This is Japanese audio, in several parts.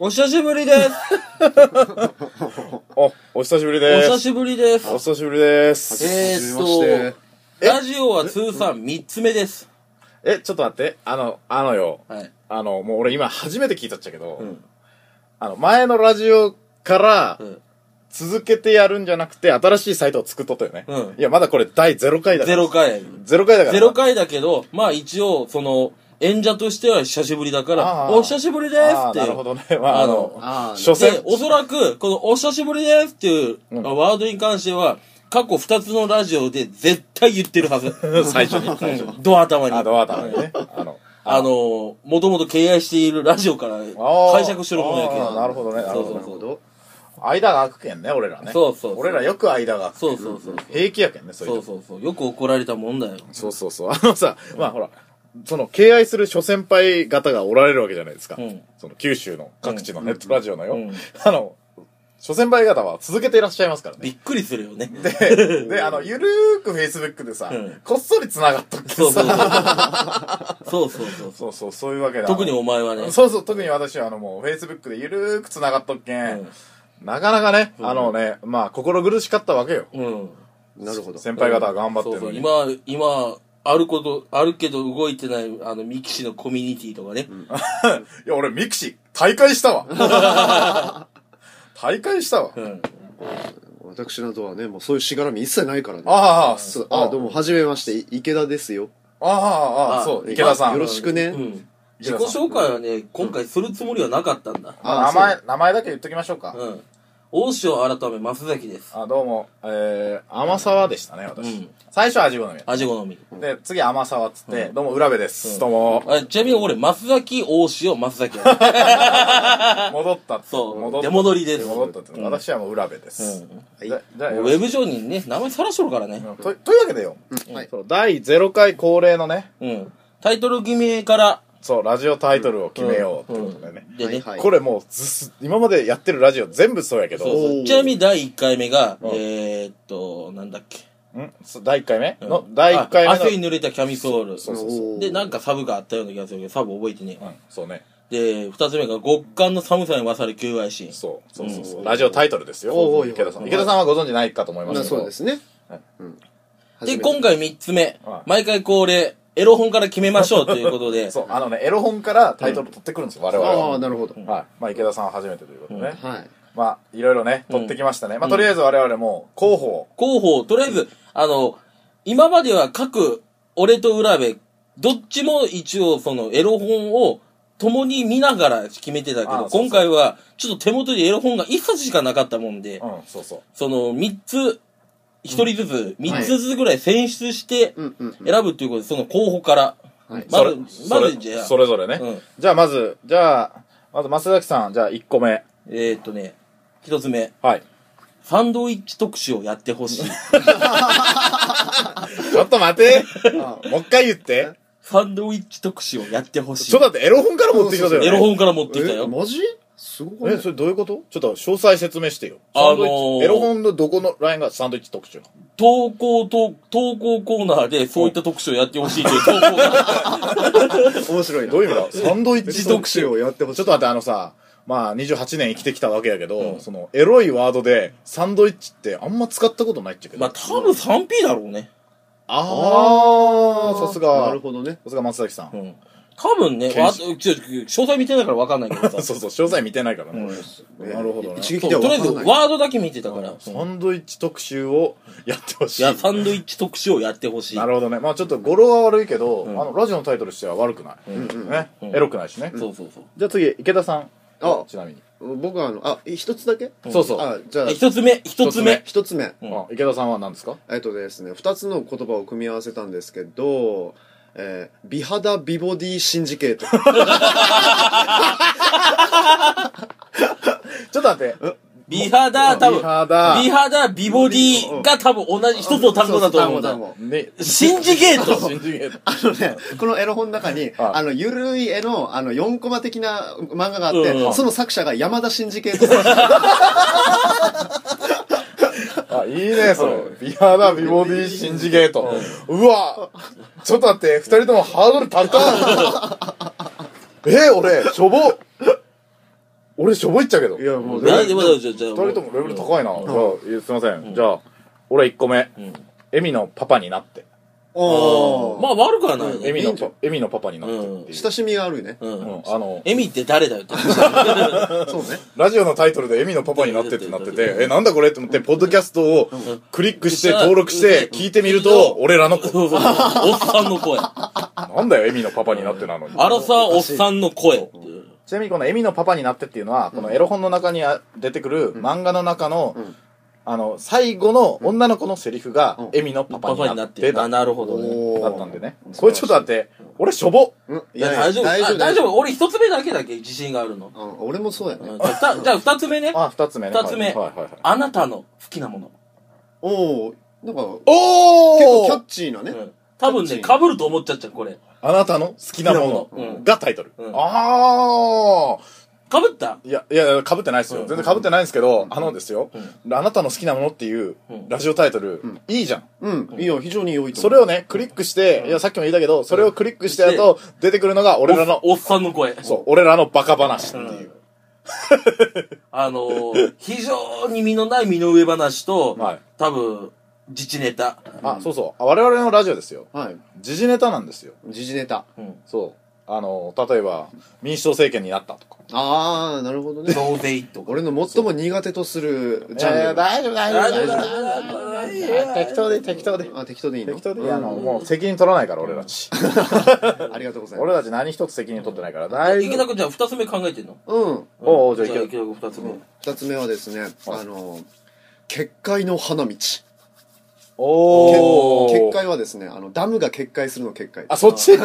お久しぶりです。お、お久しぶりおです。久しぶりですお。久しぶりです。えーっとはじめましてラジオは通算3つ目です。え、ちょっと待って。あの、あのよ。はい。あの、もう俺今初めて聞いたっちゃけど、んあの、前のラジオからん続けてやるんじゃなくて、新しいサイトを作っとったよね。うんいや、まだこれ第0回だから。 0。回。 0回だから。 0回だけど、まあ一応、その、演者としては久しぶりだかあら、ーお久しぶりですっあーて。なるほどね。 まあ、あの、あー所詮で、、おそらく、このお久しぶりですっていうワードに関しては、過去2つのラジオで絶対言ってる はず。 最初に、 最初に。ド頭に。あ、ドアだね。あの、あの、もともと敬愛しているラジオからあー解釈してるものやけあーなるほどねなるほどそうねそうそう。ど間が空くけんね、俺らね。そうそうそう俺らよく間が空く。そうそうそう。平気やけんね、そういそうとうそうそう。よく怒られたもんだよ。そうそうそう。 あのさ、まあほら、その敬愛する諸先輩方がおられるわけじゃないですか。うんその九州の各地のネットラジオのよ。うん あの、諸先輩方は続けていらっしゃいますからびね。っくりするよね。で、であの、ゆるーく Facebook でさ、うんこっ そり繋がっとくけそどうそうさ、そう。そうそうそう。そうそう、そういうわけだ。特にお前はね。そうそう、特に私はあのもう Facebook でゆるーく繋がっとっけん。うんなかなかね、あのね、まあ心苦しかったわけよ。うん。なるほど先輩方は頑張ってるそのうに。そう今、今、あること、あるけど動いてない、あの、ミキシのコミュニティとかね。いや、俺ミクシー、大会した わ。大会したわ。うん。私などはねもうそういうしがらみ一切ないからねああ、そうああどうもはじめましてい池田ですよああ、ああ、あそう、池田さん。よろしくね、うん。自己池田さん紹介はね、今回するつもりはなかったんだ。まあ名前、名前だけ言っときましょうか。うん。大塩改め、増崎です。あどうも、えー、甘沢でしたね、私。うん最初は味好みやった味好み。で、次甘沢っつって、どうも、浦部です。どうも、あちなみに俺、増崎、大塩、増崎 や。戻ったっつそう戻っ出戻りです戻ったって、うん私はもう浦部です。うんじゃじゃあ、ウよろしェブ上にね、名前さらしとるからね。くとというわけでよ、はいそう第0回恒例のね、うん。タイトル決めから、そう、ラジオタイトルを決めようってことでね。でね。はいはいこれもうずす、今までやってるラジオ全部そうやけど、そうそおうーちなみに第1回目が、うんえーっと、なんだっけ。んそう第1回目うんの、第1回目あの。汗に濡れたキャミソール。そうそうそおーで、なんかサブがあったような気がするけど、サブ覚えてねえう。ん、そうね。で、二つ目が極寒の寒さに勝る求愛し。そうそううんそうそう、ラジオタイトルですよおうおう池田さんおう池田さんはご存知ないかと思いままあすけどそうですね、はいうんで、今回三つ目は。い毎回恒例、エロ本から決めましょうということで。そうあのねエロ本からタイトル取ってくるんですよ、我々あはあなるほど、はいまあ、池田さんは初めてということでね、はいまあいろいろね取ってきましたね、まあとりあえず我々も候補を候補、とりあえず、あの、今までは各、俺と浦部、どっちも一応そのエロ本を共に見ながら決めてたけど、あそうそう今回はちょっと手元にエロ本が一冊しかなかったもんで、うんそうそうその三つ、一人ずつ、三つずつぐらい選出してうんうんうん選ぶということで、その候補から。はいまず、まそれずじゃあ、それぞれね、うんじゃあまずじゃあまず増崎さんじゃあ1個目えーっとね、一つ目、はいサンドイッチ特集をやってほしい。ちょっと待てもう一回言ってサンドイッチ特集をやってほしいちょっ。と待ってエロ本から持ってきたじゃんエロ本から持ってきたよ。えマジすごくなえいそれどういうことちょっと詳細説明してよあのーサンドイッチエロ本のどこのラインがサンドイッチ特集なの投稿と、投稿コーナーでそういった特集をやってほしい という投稿が。面白いなどういう意味だサンドイッチ自特特集集をやってほしいちょっと待ってあのさまあ28年生きてきたわけやけど、そのエロいワードでサンドイッチってあんま使ったことないっちゃけど、まあ、多分 3P だろうね。あーさすがなるほどねさすが松崎さん、うん。多分ね、わちょちょ詳細見てないから分かんないけ どさ。 そうそう詳細見てないからね、なるほどね一撃そうでとはりあえ分ず、からワないードだけ見てたから。サンドイッチ特集をやってほしいいや、サンドイッチ特集をやってほしい な。るほどねまあちょっと語呂は悪いけど、あのラジオのタイトルしては悪くない、ね、エロくないしね、そうそうそう。じゃあ次池田さんあちなみに僕はあのあ一つだけそうそうあじゃあえ一つ目、一つ目。一つ目あ池田さんは何ですかえっとですね二つの言葉を組み合わせたんですけど、えー美肌美ボディシンジケートちょっと待って。美肌、多分。美肌美肌、美ボディが多分同じ、一つの単語だと思うんだそうそう単。語単ね、シンジゲート。信じげる。あのねこの絵の本の中にああのゆるい絵のあの4コマ的な漫画があって、うんうんその作者が山田シンジケートさ んあ、いいね、それ。美肌、美ボディ、シンジゲート。うわちょっと待って、二人 ともハードル高い。え、俺、しょぼ。俺しょぼいっちゃうけどいやもういやでもでじゃあじゃあ二人ともレベル高いな、じゃあいやすいません、うんじゃあ俺1個目うんエミのパパになってうんまあ悪くはないねエミのパエミのパパになってっていう、う親しみがあるねううんんあのエミって誰だよってそうねラジオのタイトルで「エミのパパになって」ってなっててうんえなんだこれって思ってポッドキャストをんクリックして登録して聞いてみるとうん俺らのお子っさんの声あなんだよエミのパパになってなのにらさおっさんの声っていうちなみにこの「エミのパパになって」っていうのはこのエロ本の中にあ出てくる漫画の中のうんあの最後の女の子のセリフがうん「エミのパパパパににななっ」っててだあだなるほどねおーったんでねこれちょっと待って俺しょぼうんいいやや大丈夫大丈夫あ大丈夫俺一つ目だけだけ自信があるのうん俺もそうやねうんじゃあふたじゃあ二つ目ねあ二つ目ね二つ目はいはいはいあなたの好きなものおおなんか結構おキャーッチーなうねん多分ね被ると思っちゃっちゃうこれあなたの好きなも好きなもののがタイトルうんああ被ったいや、いや、かぶってないですよ。うん全然かぶってないんですけど、あのですよ、うあなたの好きなものっていううんラジオタイトル、んいいじゃん。うんいいよ非常に良いとそ思うれをね、クリックして、いや、さっきも言ったけど、それをクリックしてやると、出てくるのが俺らの、おおっさんの声そう、俺らのバカ話っていう。あのー非常に身のない身の上話と、はい多分自治ネタ、あ、そうそう。あ我々のラジオですよ。はい時事ネタなんですよ。時事ネタうん、そう。あの、例えば、民主党政権になったとか。ああなるほどね増税とか俺の最も苦手とするジャンル、えー大丈夫、大丈夫、大丈夫大丈夫あ。適当で、適当で。あ適当でいいの適当で、いやあの、もう責任取らないから、俺たち。ありがとうございます俺たち何一つ責任取ってないから、大池丈田君夫。じゃあ2つ目考えてんのうんおうおうじゃあじゃあ池田君2つ目、二つ目はですねあの決壊の花道決おー。決壊はですねあのダムが決壊するの決壊あ、そっ ち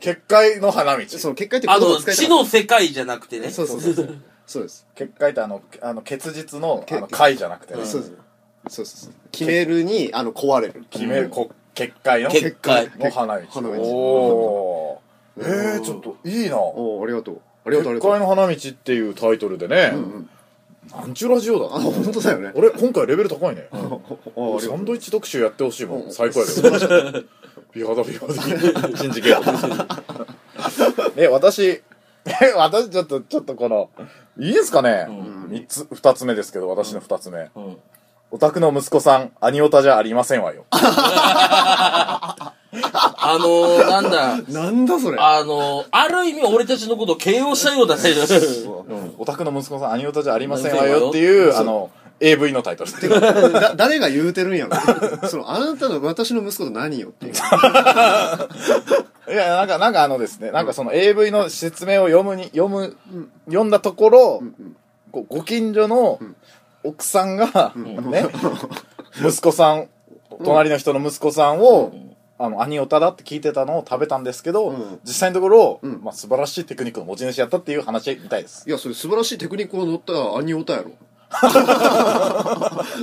結界の花道。その決壊って言あ葉のを使いた地かっの世界じゃなくてねたそうそうそうそうそうです結界ってあの、あの、結実の、けあの、界じゃなくてね、そうですそうそうそう決めるにあの壊れる決める、こ結界の、結界の花道。花道おー。えー、ちょっと、いいな。おおありがとうありがとうあ結りがと界うの花道っていうタイトルでね、うんなんちゅうラジオあだ。本当だよね俺、今回レベル高いね。ああありサがンとドイッチ特集やってほしいも。うんん最高やけど。ビハダビハダ。信じけよ。え、私、え、私ちょっと、ちょっとこの、いいですかね三つ、二つ目ですけど、私の二つ目。うんオタクの息子さん、アニオタじゃありませんわよ。あのー、なんだうなんだそれあのー、ある意味俺たちのことを形容したようだねオタクの息子さん、アニオタじゃありませんわよっていう、あの、AV のタイトル。だ誰が言うてるんやろ そのあなたの私の息子と何よっていういや、なんか、なんかあのですね、なんかその AV の説明を読むに、読む、読んだところ、ごご近所の奥さんが、ね、息子さん、隣の人の息子さんを、あの、兄オタだって聞いてたのを食べたんですけど、ん実際のところ、んまあ、素晴らしいテクニックの持ち主やったっていう話みたいです。いや、それ素晴らしいテクニックを乗ったアニオタやろ。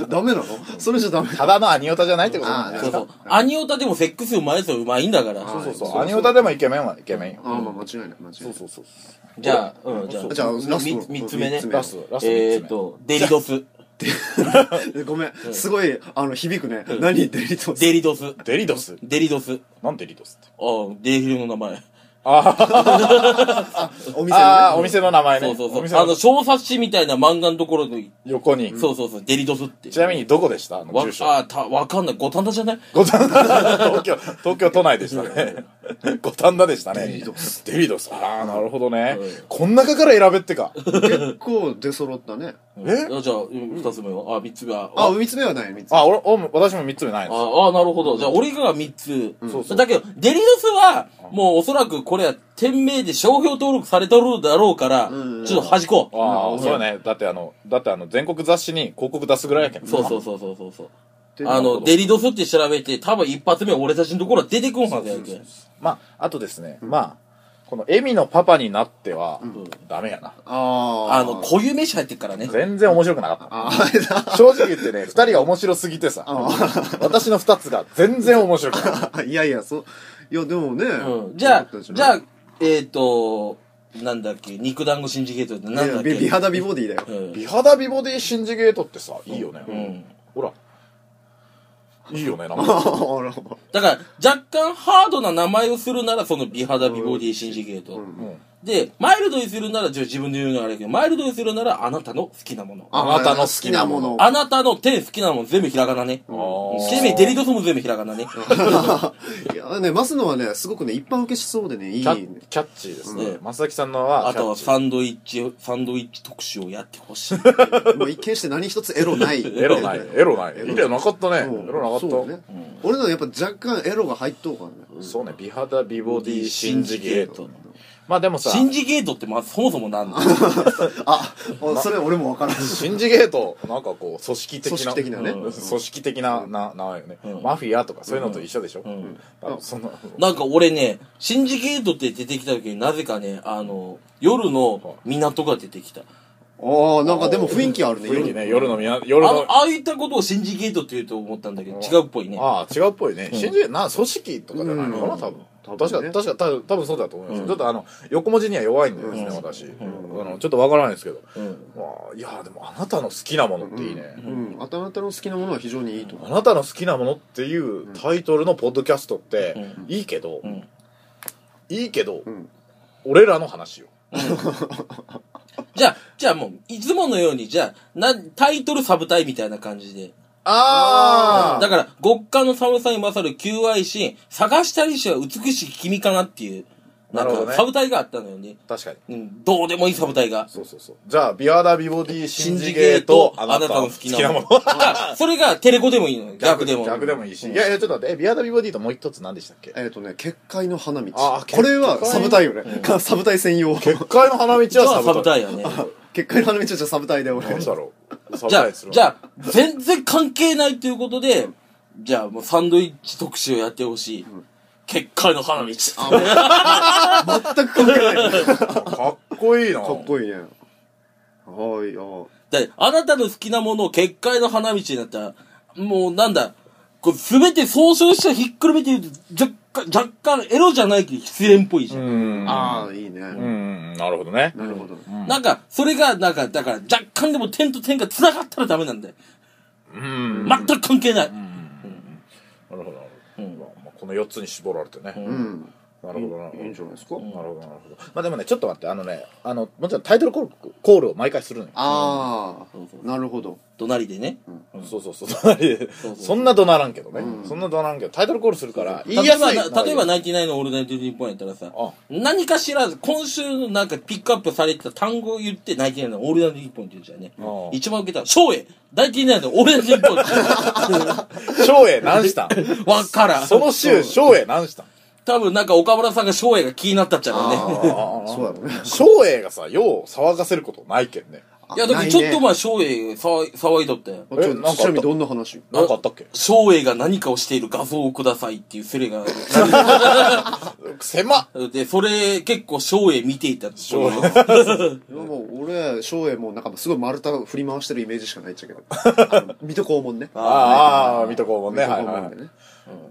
ダメなのそれじゃダメ。ただの兄オタじゃないってことなんだよあそねう。そうアニオタでもセックスうまいですようまいんだからあーそうそうそそうそうう。兄オタでもイケメンはイケメンよ。ああ、まあ間違いない、間違いそなうい。そうそうそう。じゃあ、うん、じゃあじゃあラストみ三つ目ね三つ目ラスト、ラストえっ、3つ目。とデリドス えごめん、すごい、あの、響くね。何デリトスデリドスデリドスデリドスなんデリドスって。ああデリフィルの名前お店のねああ、お店の名前ね。そうそうおそう。店のあの、小冊子みたいな漫画のところに、横に。そうそうそう、デリドスって。ちなみにどこでしたあのわ住所。あた、わかんない。五反田じゃない五反田東 京、東京都内でしたね。五反田でしたね。デリドス。デリドス。ああ、なるほどねうん。こん中から選べっ てか。結構出揃ったね。えあじゃあ、うん二つ目は。あ、三つ目は。あ、あ、三つ目はない、三つ目。あ、俺、お私も3つ目ないです。ああ、なるほど。じゃあ、俺が三つ。そうそうだけど、デリドスは、もうおそらくこれは、店名で商標登録されとるだろうから、ちょっと端っこう。ああ、そうやね。だってあの、だってあの、全国雑誌に広告出すぐらいやけん。そうそうそうそうそうそう。であの、デリドスって調べて、多分一発目俺たちのところは出てくんはずやけん。まあ、あとですね、まあ、このエミのパパになっては、ダメやな。ああ。あの、固有名詞入ってっからね。全然面白くなかっああれだ。た。正直言ってね、二人が面白すぎてさ、私の二つが全然面白くない。いやいや、そう。いや、でもね。うんじゃあ、じゃあ、あ、えっ、と、なんだっけ、肉団子シンジゲートってなんだっけ。美美肌美ボディだよ。うん。美肌美ボディシンジゲートってさ、いいよね。うん。ほら。いいよね、なん あか。あらだから、若干ハードな名前をするなら、その美肌美ボディシンジゲート。んで、マイルドにするなら、じゃあ自分で言うのはあれやけど、マイルドにするなら、あなたの好きなもの。あなたの好きなものあなたの手好きなもん全部ひらがなね。せめデリドスも全部ひらがな ね。いやね、マスノはね、すごくね、一般受けしそうで ね、いい。キャキャッチーですねう。ん松崎さんのはあキャとッはチサンドイッチ、サンドイッチ特集をやってほし い。もう一見して何一つエロない。ー。 エロない。エロない。エロなかったね。うんエロなかそっうね俺のやっぱ若干エロが入っとうからね。た。そうね。美肌、美ボディ、シンジゲート。まあでもさ、シンジゲートってまあそもそもなんだ あ、おそれ俺もわからん。シンジゲート、なんかこう、組織的な。組織的なねうん組織的な、な、名前よねうん。マフィアとかそういうのと一緒でしょんあのそんな、なんか俺ね、シンジゲートって出てきた時になぜかね、あの、夜の港が出てきた。ああ、なんかでも雰囲気あるね。雰囲気ね、夜夜のみな、夜あの、ああいったことをシンジゲートって言うと思ったんだけど、違うっぽいね。ああ、違うっぽいね。信じな、組織とかじゃないのかな、うん多分。多確か、分ね確か、多分多分そうだと思います、うんちょっとあの、横文字には弱いんですね、私、あの。ちょっとわからないですけど。うんまあ、いや、でも、あなたの好きなものっていいね。うん。あなたの好きなものは非常にいいと思あなたの好きなものっていうタイトルのポッドキャストって、いいけど、んいいけど、ん俺らの話よ。じゃあ、じゃあもう、いつものように、じゃあ、な、タイトルサブタイみたいな感じで。あだから、極寒の寒さに勝る求愛し、探したりしは美しい君かなっていう、なんなるほか、どねサブタイがあったのよね。確かに。うん、どうでもいいサブタイが。そうそうそう。じゃあ、ビアダビボディ、シシンンジジゲゲーートト、あなたの好きなもの。 あそれがテレコでもいいのよ。逆でも。逆でもいいし。いやいや、ちょっと待って、えビアダビボディともう一つ何でしたっけう。えっとね、結界の花道。あーこれは結界サブタイよね。サブタイ専用。結界の花じ道ゃあはササブブタタイ。イやね。結界の花道はじゃあサブタイで俺。なんだろう。サブじゃタあイす、るじゃあ、全然関係ないということで、じゃあもうサンドイッチ特集をやってほしい。結界の花道。全く関係ない。か あ、かっこいいな。っこいいね。はい、あだってあなたの好きなものを結界の花道になったら、もうなんだ、これ全て総称したひっくるめて言うと、若干、若干エロじゃないけど失恋っぽいじゃん。うん。ああー、いいね。うん、なるほどね。なるほど。なんか、それが、なんか、だから、若干でも点と点が繋がったらダメなんだよ。うん。なる全く関係ない。ほど、なるほど。まあまあこの4つに絞られてね。うん。なるほどな。いいんじゃないですか。なるほど、なるほど。まあでもね、ちょっと待って、あのね、あの、もちろんタイトルコールコールを毎回するのよ。あそうそうあ、なるほど。隣でね。そうそうそう。 隣でそうそうそんな怒鳴らんけどね。そんな怒鳴らんけど、タイトルコールするから、言いやす例えばな、い。例えば、ナインティナインのオールナイトニッポンやったらさあ、何かしら、今週のなんかピックアップされてた単語を言って、ナインティナインのオールナイトニッポンって言うじゃんねあ。一番受けたら、翔英ナインティナインのオールナイトニッポンっ て翔英 何したん言うわからん。その週、翔英何したん多分なんか岡村さんが翔英が気になったっちゃうね。そうだろうね。翔英がさ、よう騒がせることないけんね。いや、だってちょっとま前、翔英騒い、騒いだったよ。あちょえなんかあったちなみにどんな話なんかあったっけ翔英が何かをしている画像をくださいっていうセレが、狭っ で、それ結構翔英見ていた。翔英いやもう俺、翔英もなんかすごい丸太振り回してるイメージしかないっちゃけど。あの水戸黄門ね。あーあー、見とこうもんね。水は戸い黄はい門はでい。ね。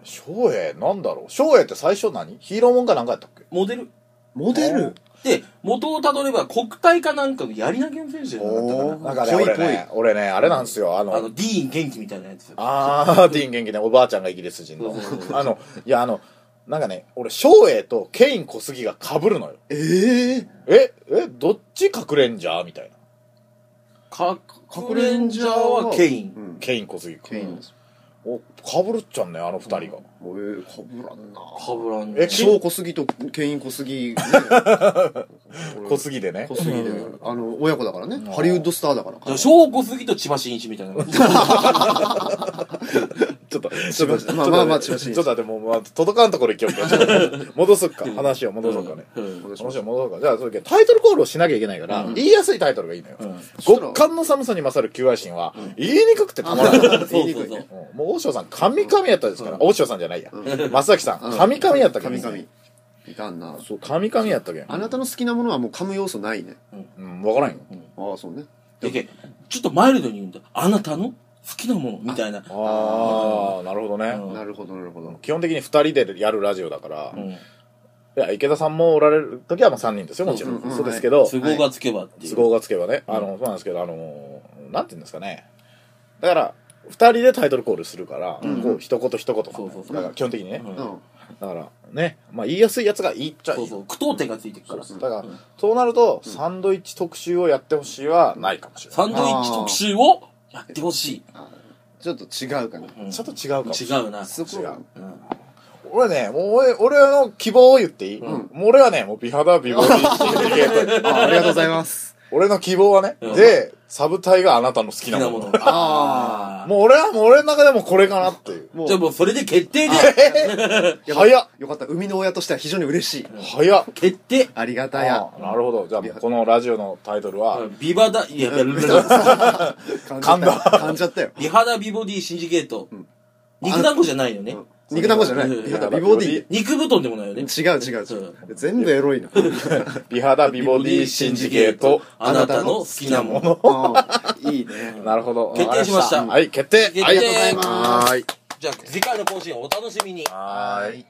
翔英、なんだろう翔英って最初何ヒーローもんかなんかやったっけモデル。モデルで、元をたどれば国体かなんかのやり投げの選手じゃなかったかなおーなんかね、ぽい俺ね、俺ね、あれなんですよ、ああのの、、ディーン元気みたいなやつ。あー、ディーン元気ね、おばあちゃんがイギリス人の。あの、いや、あの、なんかね、俺、翔英とケイン小杉が被るのよ。えええ、え、どっち隠れんじゃみたいな。か、カクレンジャーはケイン。ン。ケイン小杉か。ケインです。お、被るっちゃんね、あの二人が。ええ、かぶらんな。かぶらんえ翔小杉とケイン小杉。ね小杉でね小。杉で、あの、親子だからね。ハリウッドスターだから。証拠すぎと千葉真一みたいな感じ。ちょっと、ちょっとまあまあまあちょっとちょっと待って、もう、まあ、届かんところ行きよっか。ちょっと戻そっか。話を戻そっかね。うん話を戻そっか。じゃあ、それタイトルコールをしなきゃいけないから、言いやすいタイトルがいいのよ。極寒の寒さに勝る求愛心は、言いにくくてたまらない。うんそう言いにそくういそねう。もう、大塩さん、神々やったですから。大塩さんじゃないや。松崎さん、神々やったけ神ん。々。いかんな。そう、神々やったけん。あなたの好きなものはもう噛む要素ないね。うん、わからんよ。ああ、そうね。でけちょっとマイルドに言うんだ。あなたの好きなものみたいな。あー、なるほどね。なるほど、なるほど。基本的に二人でやるラジオだから、いや、池田さんもおられる時はまあ三人ですよ、もちろん。うんうんそうですけど、都合がつけばっていう。都合がつけばね、あの、そうなんですけど、あの、なんて言うんですかね。だから、二人でタイトルコールするから、こう、一言一言なんだよそうそうそうだから基本的にね。うん。だからね、まあ言いやすいやつがいいっちゃいそういそう句読点がついてるからだから、うんそうなると、サンドイッチ特集をやってほしいはないかもしれない。サンドイッチ特集をやってほしい、ちょっと違うかなうんちょっと違うかもしれない。違うなそこ違うはうん俺ね、もう俺俺の希望を言っていい、うんもう俺はね、もう美肌美ボディシンディケート。あありがとうございます俺の希望はね、うんで、サブ隊があなたの好き好きななもものの。ああもう俺はもう俺の中でもこれかなっていう。あもじゃあうもうそれで決定でやば早っよかった生みの親としては非常に嬉しい早っ決定ありがたやああなるほど。じゃあもうこのラジオのタイトルは、ビバダ、いや、噛んじゃった噛んじゃったよ美肌美ボディシンジケートん。肉団子じゃないよね。肉団子じゃないうん美肌美ボディ肉布団でもないよね。違う違う違う全部 エロいな美肌美ボディシンジケート。あなたの好きなもの。うんいいねなるほど。決定しましたわかりはい、決定決定ありがとうございます。じゃあ次回の更新をお楽しみに。はーい。